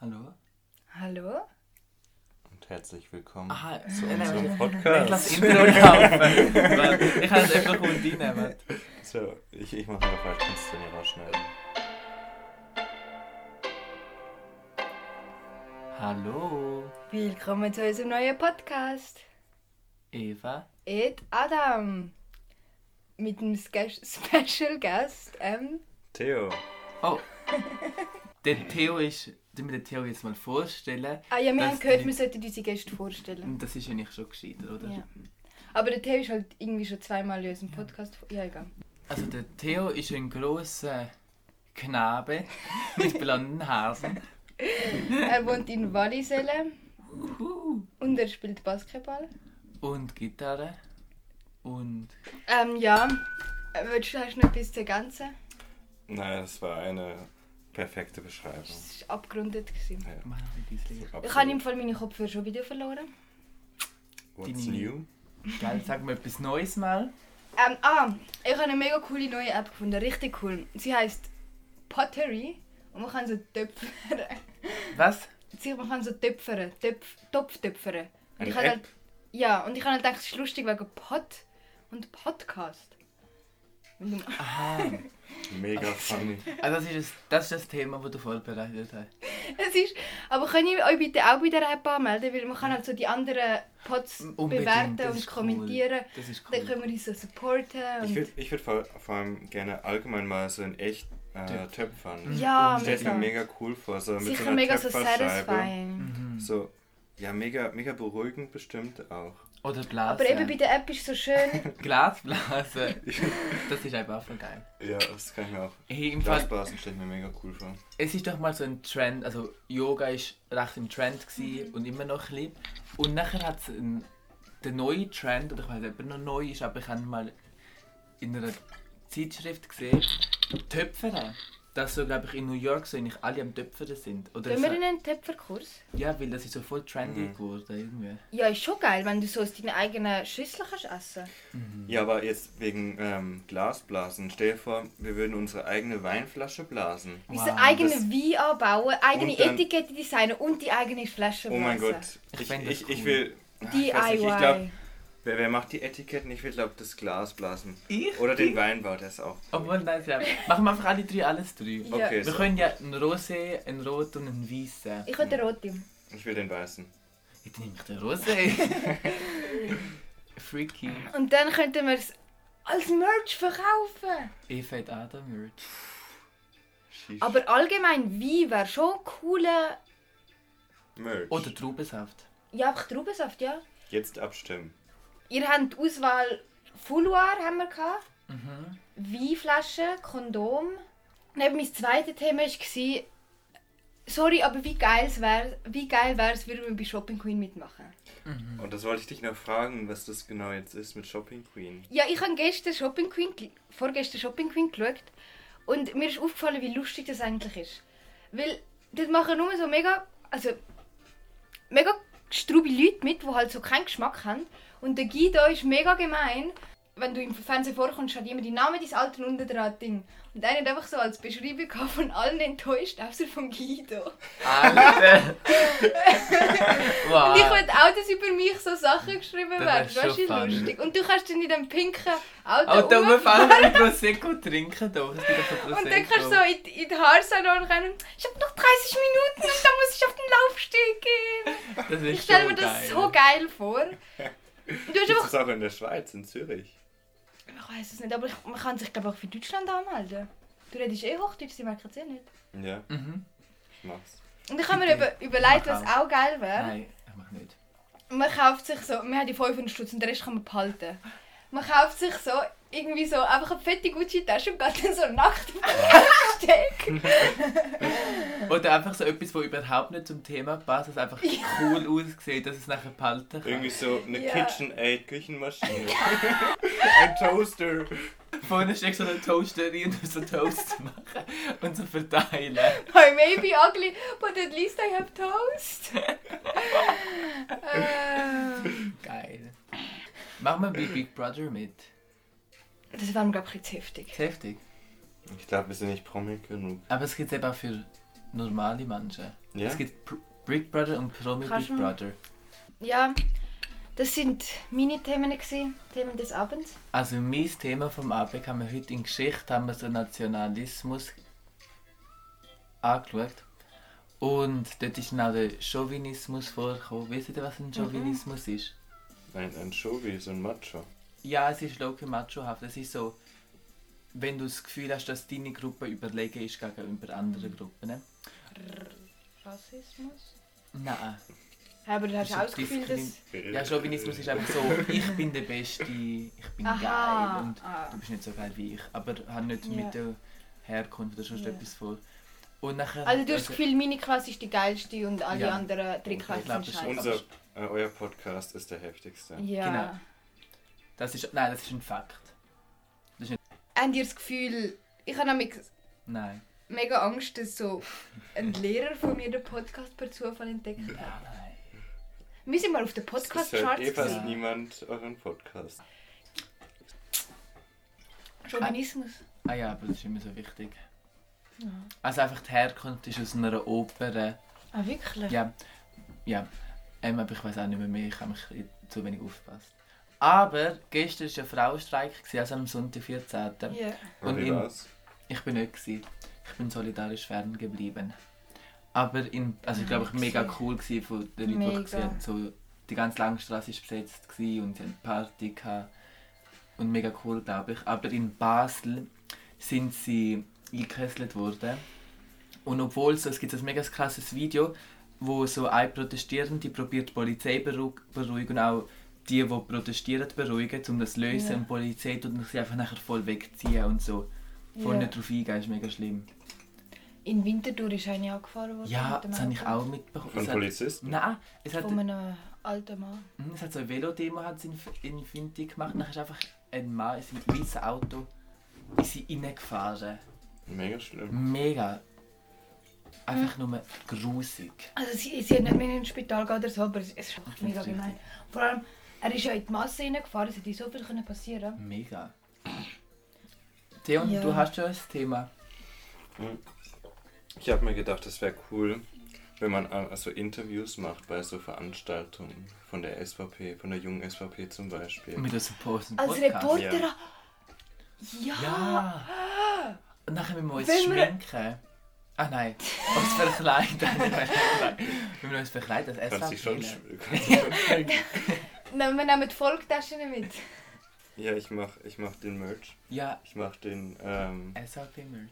Hallo? Hallo? Und herzlich willkommen Aha, zu äh, nein, unserem ich- Ich lasse Podcast. Intro laufen. weil Ich kann es einfach gut reinnehmen. So, ich, ich mache mal falsch, kannst du mir rausschneiden. Hallo, Willkommen zu unserem neuen Podcast. Eva. Ed Adam. Mit einem Ske Special Guest. Ähm, Theo, Oh, der Theo ist. Du mir den Theo jetzt mal vorstellen. ah ja, wir Das haben gehört, wir liegt- sollten unsere Gäste vorstellen. Und Das ist ja nicht schon gescheiter, oder? Ja. Aber der Theo ist halt irgendwie schon zweimal in unserem Podcast. vor- Ja, egal. Also, der Theo ist ein großer Knabe mit blonden Haaren. Er wohnt in Walliselle. Und er spielt Basketball. Und Gitarre. Und. Ähm, ja. Äh, Willst du hast du noch etwas zu ergänzen? naja, das war eine perfekte Beschreibung. Es war abgerundet. Gewesen. Mann, wie dein Leben. Ich habe im Fall meine Kopfhörer schon wieder verloren. What's Deine- new? Geil, sag mir etwas Neues mal. Ähm, ah, ich habe eine mega coole neue App gefunden, richtig cool. Sie heißt Pottery und man kann so töpfern. Was? Sie- man kann so töpfern, Töpf, Topftöpfern. Und Eine ich habe halt, App? ja, und ich habe halt gedacht, es ist lustig wegen Pot und Podcast. Wenn du- Ah. Aha. Mega funny. Also das, ist das, das ist das Thema, das du vorbereitet hast. Es ist, aber könnt ihr euch bitte auch bei der App anmelden, weil man kann halt so die anderen Pots Unbedingt, bewerten das und ist cool. kommentieren. Das ist Dann können cool. wir uns so supporten. Ich Und würde ich würd vor, vor allem gerne allgemein mal so in echt äh, töpfern. ja, Stellt mir mega. mega cool vor, so mit so Sicher einer mega so Töpferscheibe. Mhm. satisfying. So, ja, mega, mega beruhigend bestimmt auch. Oder Blasen. Aber eben bei der App ist so schön. Glasblasen. Das ist einfach voll geil. Ja, das kann ich mir auch. Hey, im Fall, Glasblasen stelle ich mir mega cool vor. es ist doch mal so ein Trend, also Yoga ist recht im Trend Mhm. gewesen und immer noch ein bisschen. Und nachher hat es den neuen Trend, oder ich weiß nicht, ob er noch neu ist, aber ich habe ihn mal in einer Zeitschrift gesehen, Töpferer. Dass so, glaube ich, in New York so eigentlich alle am Töpfern sind. Oder Gehen wir in so, einen Töpferkurs? ja, weil das ist so voll trendy geworden irgendwie. Ja, ist schon geil, wenn du so aus deinen eigenen Schüsseln kannst essen Ja, aber jetzt wegen ähm, Glasblasen. Stell dir vor, wir würden unsere eigene Weinflasche blasen. kannst. Wow, Wow, eigene das- Wein anbauen, eigene Und dann- Etikette designen und die eigene Flasche Oh mein blasen. Gott. Ich Ich, fänd ich, das ich, cool. will. Ach, DIY. Ich, weiß nicht, ich glaube, wer, wer macht die Etiketten? Ich will, glaube das Glas blasen. Ich? Oder den Weinbau, der ist auch. Obwohl, nein, ja. Machen wir einfach alle drei alles drei. Ja. Okay, Wir so. können ja einen Rosé, einen Rot und einen Weißen. ich will den roten. Ich will den weißen. Jetzt nehme ich den Rosé. Freaky. Und dann könnten wir es als Merch verkaufen. Eva hat Adam Merch. Sheesh. Aber allgemein Wein wäre schon cooler. Merch. Oder Traubensaft. Ja, einfach Traubensaft, ja. Jetzt abstimmen. Ihr habt die Auswahl Fouloir haben wir gehabt. Weinflaschen, Kondom. Neben mein zweites Thema war, sorry, aber wie geil wäre wie geil wär's, würde man bei Shopping Queen mitmachen. Mhm. Und das wollte ich dich noch fragen, was das genau jetzt ist mit Shopping Queen. Ja, ich habe gestern Shopping Queen, gel- vorgestern Shopping Queen geschaut und mir ist aufgefallen, wie lustig das eigentlich ist. Weil dort machen nur so mega, also mega strube Leute mit, die halt so keinen Geschmack haben. Und der Guido ist mega gemein. Wenn du im Fernsehen vorkommst, hat jemand deinen Namen, dein Alter und unten dran Ding. Und einer hat einfach so als Beschreibung gehabt, von allen enttäuscht, außer von Guido. Alter! Und ich wow. wollte auch, dass über mich so Sachen geschrieben Das werden. Ah. wär Das schon ist fun. lustig. Und du kannst dann in dem pinken Auto, Auch da rumfahren. rumfahren und Prosecco trinken. Doch, es gibt auch Prosecco. Und dann kannst du so in, in den Haarsalon rennen. und, Ich habe noch 30 Minuten und dann muss ich auf den Laufsteg gehen. Das ist Ich stelle mir schon das geil. so geil vor. Und Du hast Ist einfach, das auch in der Schweiz, in Zürich? ich weiß es nicht, aber ich, man kann sich glaube ich auch für Deutschland anmelden. Du redest eh Hochdeutsch, sie merken es eh nicht. Ja, Mhm. ich mach's. Und ich habe mir über, überlegt, was auch geil wäre. Nein, ich mach nicht. Man kauft sich so, wir haben die 500 Stutz und den Rest kann man behalten. Man kauft sich so irgendwie so einfach eine fette Gucci-Tasche und geht dann so nackt auf den Laufsteg. Oder einfach so etwas, was überhaupt nicht zum Thema passt, das einfach cool aussieht, dass es nachher behalten kann. Irgendwie so eine Ja. KitchenAid, Küchenmaschine. Ein Toaster. Vorne steckst du so einen Toaster rein und musst so Toast machen und so verteilen. I may be ugly, but at least I have toast. Ähm, Geil. Machen wir bei Big Brother mit. das war mir, glaube ich, zu heftig. Ist heftig. Ich glaube, wir sind nicht Promi genug. Aber es gibt eben auch für normale Menschen. Ja. Es gibt Pr Big Brother und Promi Kannst Big du- Brother. Ja, das sind meine Themen, gewesen, Themen des Abends. Also mein Thema vom Abend haben wir heute in Geschichte haben wir so Nationalismus angeschaut. Und dort ist auch der Chauvinismus vorgekommen. Wisst ihr, Mhm. was ein Chauvinismus ist? Ein, ein Shogi, so ein Macho. Ja, es ist low-key machohaft. Es ist so, wenn du das Gefühl hast, dass deine Gruppe überlegen ist gegenüber anderen Gruppen. ne? Rassismus? Nenein. Ja, aber du hast Das auch ist das Gefühl, Diskrimi- dass... Ja, Chauvinismus ist einfach so, ich bin der Beste, ich bin Aha. geil und Ah. du bist nicht so geil wie ich. Aber hat nicht Ja. mit der Herkunft oder sonst Ja. etwas vor. Und nachher Also du hast das Gefühl, meine Klasse ist die geilste und alle Ja. anderen halt drei Und ich Klassen glaub, sind das ist scheiße. Unser, äh, euer Podcast ist der heftigste. Ja. Genau. das ist, nein, das ist ein Fakt. Habt ihr das Gefühl... Ich habe nämlich Nein. mega Angst, dass so ein Lehrer von mir den Podcast per Zufall entdeckt hat. Ah, nein. Wir sind mal auf den Es hört eh Podcast-Charts. fast Ja. niemand euren Podcast. gewesen. Chauvinismus. Ah ja, aber das ist immer so wichtig. Also einfach die Herkunft ist aus einer Oper. Ah, wirklich? Ja, ja. Ähm, aber ich weiß auch nicht mehr mehr, ich habe mich zu wenig aufgepasst. Aber gestern war ja Frauenstreik, gewesen, also am Sonntag, 14. Ja. Und Und wie in- war's? Ich bin nicht gewesen. Ich bin solidarisch fern geblieben. Aber in, also ich glaube, ich war mega cool gewesen von den Leuten, die Mega. ich gesehen habe. So, die ganze Langstrasse war besetzt gewesen und sie hatten Party gehabt. und mega cool, glaube ich. Aber in Basel sind sie eingekesselt worden. Und obwohl so, es gibt ein mega krasses Video, wo so ein Protestierende probiert die Polizei beru- beruhigen und auch die, die protestieren, beruhigen, um das zu lösen. Ja. Und die Polizei tut sie einfach nachher voll wegziehen und so. Voll Ja. nicht drauf eingehen, ist mega schlimm. In Winterthur ist eine angefahren worden. Ja, mit dem das habe ich Auto. auch mitbekommen. Von Es hat- Polizisten? Nein, es hat, Von einem alten Mann. Hm, es hat so eine Velodemo hat's in, in Finti gemacht. Dann ist einfach ein Mann in seinem weißen Auto in sie reingefahren. Mega schlimm. Mega. Einfach nur grusig. Also sie, sie hat nicht mehr ins Spital gehen oder so, aber es, es ist einfach mega richtig. gemein. Vor allem, er ist ja in die Masse reingefahren, es hätte so viel können passieren Mega. Theon, Ja. du hast ja ein Thema. Ich habe mir gedacht, es wäre cool, wenn man an- also Interviews macht bei so Veranstaltungen von der SVP, von der jungen SVP zum Beispiel. Mit unserem Posen Als Podcast. Also, Reporter... Ja. Ja. Ja! Und nachher müssen wir uns Wenn wir- schminken. Ah nein, uns verkleiden. wenn wir uns verkleiden, das Kannst dich schon. SVP. kannst dich schon zeigen. Nein, wir nehmen die Volktaschen mit. ja, ich mach, ich mach den Merch. Ja, Ich mach den. Ähm, SVP-Merch.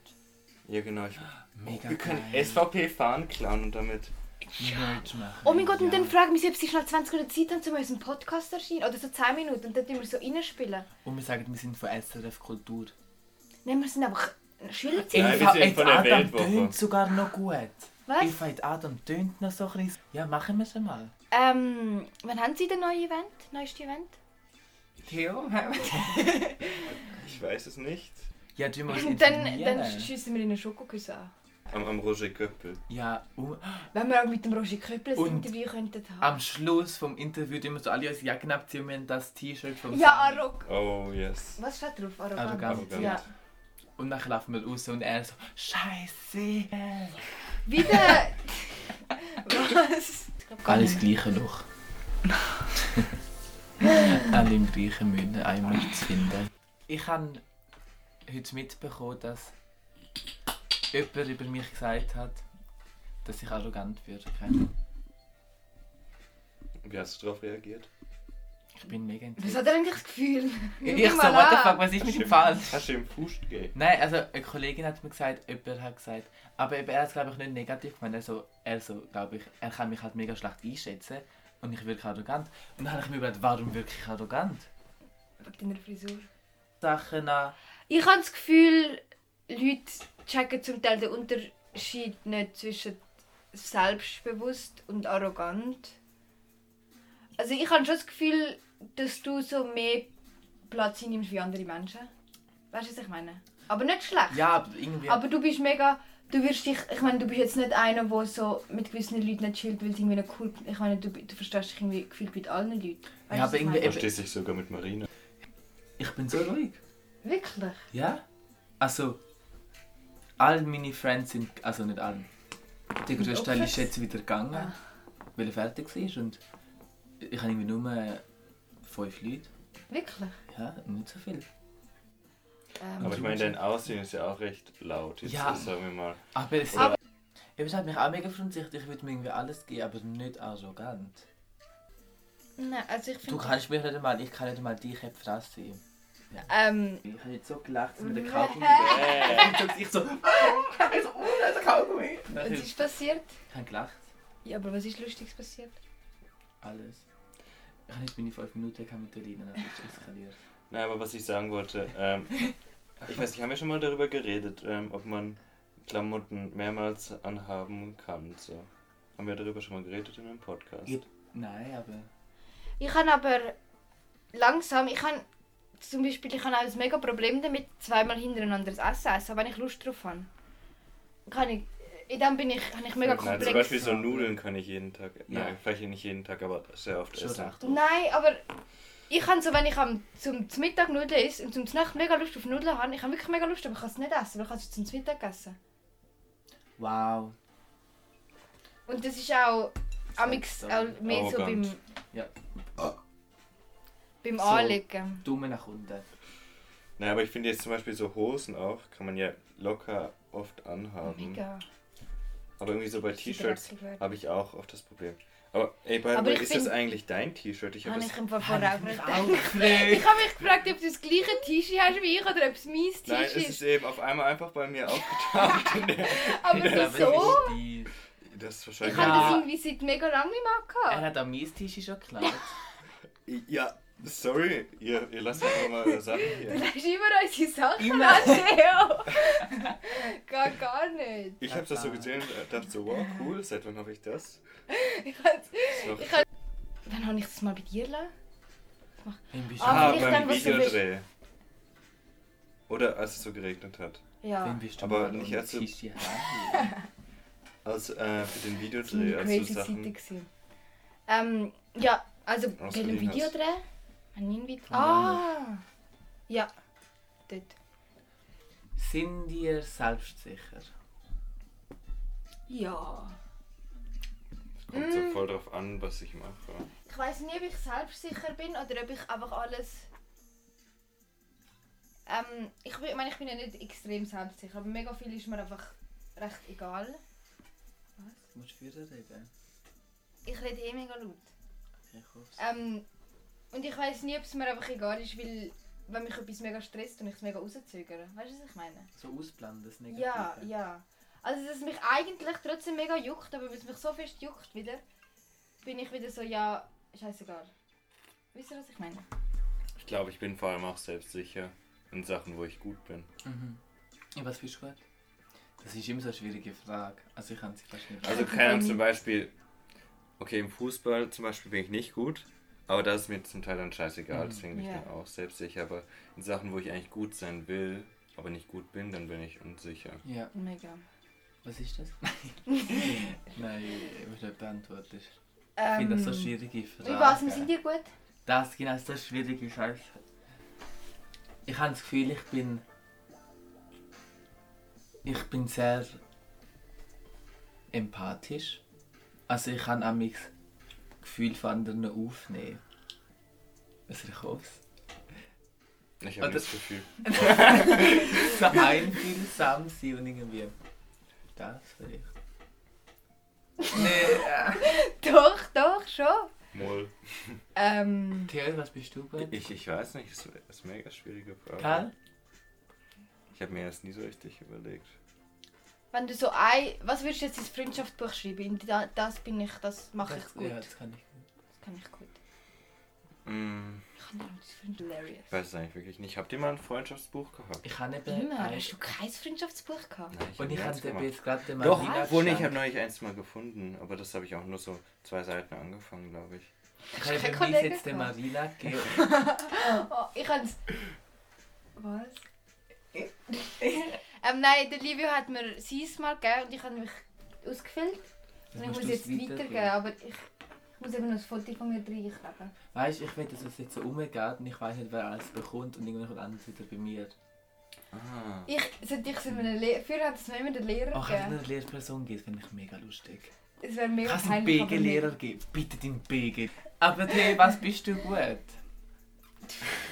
ja, genau. Ich, Mega wir können geil. SVP-Fahren klauen und damit. Merch machen. Oh mein Gott, und ja. dann fragen wir sie, ob sie schnell 20 Minuten Zeit haben, um unseren Podcast zu erscheinen. Oder so 10 Minuten. Und dann tun wir so reinspielen. Und wir sagen, wir sind von SRF Kultur. Nein, wir sind einfach Schüler. Nein, wir sind von der Adam Weltwoche. tönt sogar noch gut. Was? Ich fand Adam tönt noch so ein bisschen. Ja, machen wir es einmal. Ähm, wann haben sie den neuen Event? Neueste Event? Theo? Ich weiß es nicht. ja, du musst Und nicht dann, dann schiessen wir ihnen Schokoküsse an. Am, am Roger Göppel. Ja, und Wenn wir auch mit dem Roger Köppel ein Und- Interview könnten haben. am Schluss vom Interview tun wir so alle unsere Jacken abziehen und das T-Shirt vom ja, Sami. Arrog. Oh, yes. Was steht drauf? Arrogant. Arrogant. Arrogant. Ja. Und dann laufen wir raus und er so, Scheiße. Wieder. Was? Alles Gleiche noch. Alle im gleichen Münden einmal zu finden. Ich habe heute mitbekommen, dass jemand über mich gesagt hat, dass ich arrogant wirke. Wie hast du darauf reagiert? Ich bin mega Was enttäuscht. hat er eigentlich das Gefühl? Ich so, what the fuck, was ist mit Hast du dem ihm- Fall? Hast du ihm Fuß gegeben? Nein, also eine Kollegin hat mir gesagt, jemand hat gesagt, aber eben, er hat es glaube ich nicht negativ gemeint, er so, er so glaube ich, er kann mich halt mega schlecht einschätzen und ich wirke arrogant. Und dann habe ich mir überlegt, warum wirke ich arrogant? Fuck deiner Frisur. Sachen an, Ich habe das Gefühl, Leute checken zum Teil den Unterschied nicht zwischen selbstbewusst und arrogant. Also ich habe schon das Gefühl, dass du so mehr Platz einnimmst wie andere Menschen. Weißt du, was ich meine? Aber nicht schlecht. ja, aber irgendwie... Aber du bist mega. Du wirst dich. Ich meine, du bist jetzt nicht einer, der so mit gewissen Leuten nicht chillt, weil es irgendwie noch cool. Ich meine, du, du verstehst dich irgendwie gefühlt mit allen Leuten. Weißt du, aber was ich irgendwie- Du meine? verstehst dich sogar mit Marina. Ich bin so ruhig. Wirklich? Ja? Also, all meine Friends sind. Also nicht alle. Der grösste Teil ist Opfer? jetzt wieder gegangen, weil er fertig war. Und ich habe irgendwie nur fünf Leute. Wirklich? Ja, nicht so viel. Ähm, Aber ich meine, dein Aussehen ist ja auch recht laut. Jetzt Ja. sagen wir mal. Aber es, Aber- Eben, es hat mich auch mega verunsichert. Ich würde mir irgendwie alles geben, aber nicht arrogant. nein, also ich Du finde... kannst mich nicht einmal, ich kann nicht einmal dich fressen. Ähm, Ich habe jetzt so gelacht, dass mir der Kaugummi Ich so Gesicht so, ah, ich so, oh, da ist ein Kaugummi. was Ich ist passiert? habe gelacht, Ja, aber was ist Lustiges passiert? alles. Ich habe jetzt meine 5 Minuten gehabt mit der Lina, dann ist es eskaliert. Nein, aber was ich sagen wollte, ähm, ich weiß nicht, haben wir schon mal darüber geredet, ähm, ob man Klamotten mehrmals anhaben kann. So. Haben wir darüber schon mal geredet in einem Podcast? Ja. Nein, aber... Ich kann aber langsam, ich kann zum Beispiel, ich habe auch ein mega Problem damit, zweimal hintereinander das Essen essen, wenn ich Lust drauf habe. Kann ich, in dem bin ich, habe ich mega Nein, zum komplex. Beispiel so Nudeln kann ich jeden Tag, nein, Ja. vielleicht nicht jeden Tag, aber sehr oft Schon essen. recht. Nein, aber ich kann so, wenn ich am zum zum Mittag Nudeln esse und zum Nacht mega Lust auf Nudeln habe, ich habe wirklich mega Lust, aber ich kann es nicht essen, weil ich kann es zum Mittag essen. Wow. Und das ist auch, amix, auch mehr so Arrogant. beim, Ja, beim So. Anlegen. dumme nach unten. Nein, aber ich finde jetzt zum Beispiel so Hosen auch, kann man ja locker oft anhaben. Mega. Aber irgendwie so bei Ist die T-Shirts dreckig werden. habe ich auch oft das Problem. Aber ey, by the Aber way, ich Ah, ist das find- eigentlich dein T-Shirt? Ich habe Habe das... ich im Fall vorher auch mich nicht auch gedacht. Ich habe mich gefragt, ob du das gleiche T-Shirt hast wie ich oder ob es mein T-Shirt Nein, es ist eben auf einmal einfach bei mir aufgetaucht. in der- Aber wieso? Die, Das ist Ich wahrscheinlich... Ja. habe das irgendwie seit mega lang nicht mehr er gehabt. hat am Miestisch schon geklaut. Ja, sorry, ihr, ihr lasst einfach mal eure Sachen Du hier. lässt immer unsere Sachen Immer. an, Theo. gar, gar nicht. Ich habe das so gesehen und dachte so, wow, cool, seit wann habe ich das? Ich kann's, Ist noch- ich kann, wann habe ich das mal bei dir gelassen? Im Bischof. Ah, Ah, vielleicht dann, beim was du bist. Videodreh. Oder als es so geregnet hat. Ja. Wem bist du Aber mal nicht ohne als du- Tischi heim? Als äh, für den Videodreh, Eine als du Hm, crazy Seite Sachen. gewesen. Ähm, ja, also bei Ausgeliehen dem hast. Videodreh. Habe ich ein Video? Von Ah! Ja, dort. Sind dir selbstsicher? Ja. Es kommt Hm. so voll drauf an, was ich mache. Ich weiß nie, ob ich selbstsicher bin oder ob ich einfach alles. Ähm, ich, bin- ich meine, ich bin ja nicht extrem selbstsicher, aber mega viel ist mir einfach recht egal. Du musst Führer reden. Ich rede eh mega laut. Ich hoffe Ähm, und ich weiß nie, ob es mir einfach egal ist, weil wenn mich etwas mega stresst und ich es mega rauszögere. Weißt du, was ich meine? So ausblenden, das Negative. Ja, ja. Also, dass es mich eigentlich trotzdem mega juckt, aber weil es mich so fest juckt wieder, bin ich wieder so, ja, scheißegal. Wisst ihr, was ich meine? Ich glaube, ich bin vor allem auch selbstsicher in Sachen, wo ich gut bin. Mhm. In was bist du gut? Das ist immer so eine schwierige Frage. Also ich kann sie fast nicht Also also, keine Ahnung, zum Beispiel, okay, im Fußball zum Beispiel bin ich nicht gut, aber das ist mir zum Teil dann scheißegal, deswegen bin ich Ja. dann auch selbstsicher. Aber in Sachen, wo ich eigentlich gut sein will, aber nicht gut bin, dann bin ich unsicher. Ja, Mega. was ist das? Nein, ich will nicht beantworten. Ich Ähm, finde das so schwierige Frage. Über was wir sind dir gut? Das genau ist das schwierige Scheiße. Ich habe das Gefühl, ich bin. Ich bin sehr empathisch. Also ich kann am das Gefühl von anderen aufnehmen. Also ich hoffe es. Ich habe Und das das- Gefühl, So einfühlsam sein und irgendwie. Das vielleicht. Nee. Doch, doch, schon. Moll. Ähm, Theo, was bist du bei? Ich, ich weiß nicht, das ist das ist eine mega schwierige Frage. Karl? Ich habe mir das nie so richtig überlegt. wenn du so ein. Was würdest du jetzt ins Freundschaftsbuch schreiben? In da- Das bin ich, das mache ich Das- gut. Ja, Das das kann ich gut. kann ich gut. Hm, Ich kann dir das Freund hilarious. ich weiß es eigentlich wirklich nicht. Habt ihr mal ein Freundschaftsbuch gehabt? Ich habe eben. Immer. ein- Hast du kein Freundschaftsbuch gehabt? Nein, Und hab ich nie eins habe gemacht. jetzt gerade den Doch, Martina obwohl nicht, ich geschenkt. habe neulich eins mal gefunden, aber das habe ich auch nur so zwei Seiten angefangen, glaube ich. Ich habe keinen mir Kollegen jetzt den gehabt? Marina gegeben. Oh, ich kann's. Was? ähm, nein, der Livio hat mir seins mal gegeben und ich habe mich ausgefüllt. Und ich musst muss du jetzt es weitergeben. weitergeben, aber ich, ich muss eben noch ein Foto von mir reinkleben. Weißt du, ich will, dass es jetzt so umgeht und ich weiß nicht, wer alles bekommt und irgendwann kommt alles wieder bei mir. Ah. Ich sollte ich so einen Le Früher hat es mir immer den Lehrer Auch wenn es gegeben. eine Lehrperson gibt, finde ich mega lustig. Es wäre mega Kann es einen peinlich, aber nicht. BG-Lehrer geben? Bitte den BG. Aber hey, was bist du gut?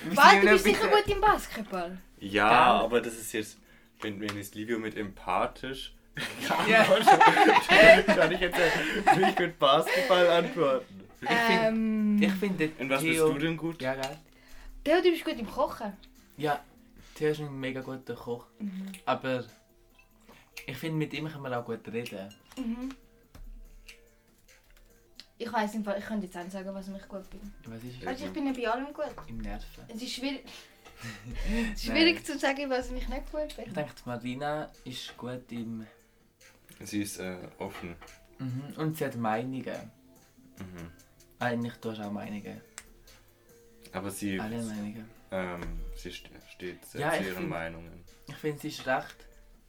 Wir Was? sind Du bist nicht sicher bitte- gut im Basketball. Ja, Geil. aber das ist jetzt, wenn, wenn es Livio mit empathisch kann, Ja. kann ich jetzt ja nicht mit Basketball antworten. Ähm. Ich finde In was bist Theo- du denn gut? Ja, gell? Theo, du bist gut im Kochen. Ja, Theo ist ein mega guter Koch. Mhm. Aber ich finde, mit ihm kann man auch gut reden. Ich weiß im Fall, ich könnte jetzt auch nicht sagen, was ich gut bin. Was ist Weißt du, ich bin ja bei allem gut. im Nerven? Es ist schwierig. es ist schwierig zu sagen, was mich nicht gut Ich bin. denke, die Marina ist gut im. Sie ist äh, offen. Mhm. Und sie hat Meinungen. Mhm. Eigentlich du hast auch Meinungen. Aber sie, Alle Meinungen. ähm, sie ste- steht sehr Ja, zu ich ihren find- Meinungen. Ich finde, sie ist recht.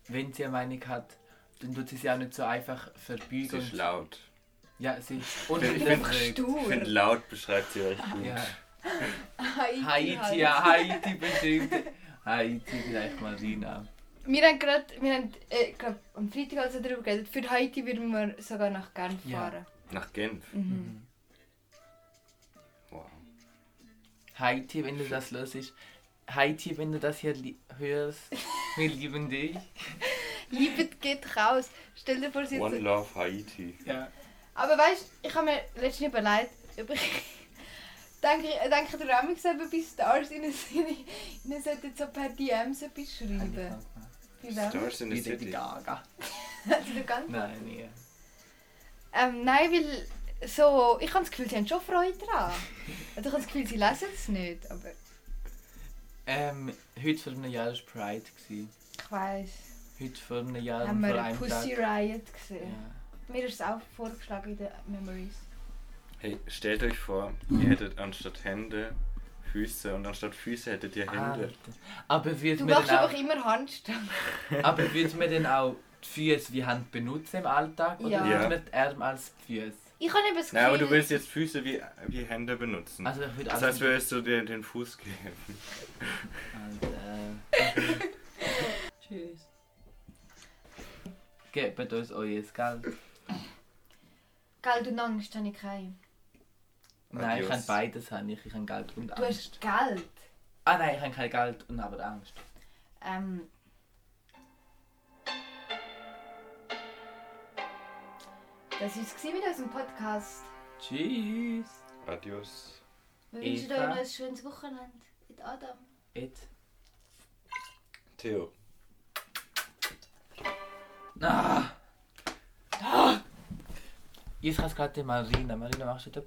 Wenn sie eine Meinung hat, dann tut sie sie auch nicht so einfach verbeugen. Sie ist und- laut. Ja, sie ist. Und Ich Ich ich bin einfach bin Ich finde, stur. laut beschreibt sie euch gut. Ja. Haiti, Haiti, ja, Haiti bestimmt. Haiti vielleicht Marina. Wir haben gerade, wir haben äh, glaub, am Freitag also darüber geredet, für Haiti würden wir sogar nach Genf Ja. fahren. Mhm. Nach Genf. Mhm. Wow. Haiti, wenn du das hörst. Haiti, wenn du das hier li- hörst. Wir lieben dich. Liebe geht raus. Stell dir vor, sie One jetzt... Love Haiti. Ja. Aber weißt du, ich habe mir letztens überlegt, ob ich... Denke, denke du auch selber bei Stars, ihnen ihnen sollten so per DMs etwas schreiben. Bei wem? Stars in the Wieder die City. Gaga. Also du ganz- Nein, nie. Ähm, nein, weil so, ich habe das Gefühl, sie haben schon Freude daran. Also ich habe das Gefühl, sie lesen es nicht, aber Ähm, heute vor einem Jahr war Pride. Gewesen. ich weiss. Heute vor einem Jahr Haben und vor wir einem Pussy Tag. Riot gesehen. Ja. Mir ist es auch vorgeschlagen in den Memories. Hey, stellt euch vor, ihr hättet anstatt Hände Füße und anstatt Füße hättet ihr Hände. Alter. Ah, Aber wird Du mir machst dann einfach auch, immer Handstand. aber wird mir dann auch die Füße wie Hand benutzen im Alltag oder Ja. wird Ja. mir die Arme als die Füße? Ich habe eben das Gefühl... Na, aber du willst jetzt Füße wie, wie Hände benutzen. Also ich würde das heißt, würdest du dir den Fuß geben. Alter. Tschüss. Gebt uns euer Geld. Geld und Angst habe ich keine. Nein, ich Adios. kann beides haben. Ich, ich habe Geld und Du Angst. hast Geld. Ah nein, ich habe kein Geld und aber Angst. Ähm... Das war es mit unserem Podcast. Tschüss. Adios. Wir wünschen Eva. euch noch ein schönes Wochenende. Mit Adam. Jetzt. Theo. Ah. Ah. Jetzt kann es gerade die Marina. Marina, machst du etwas?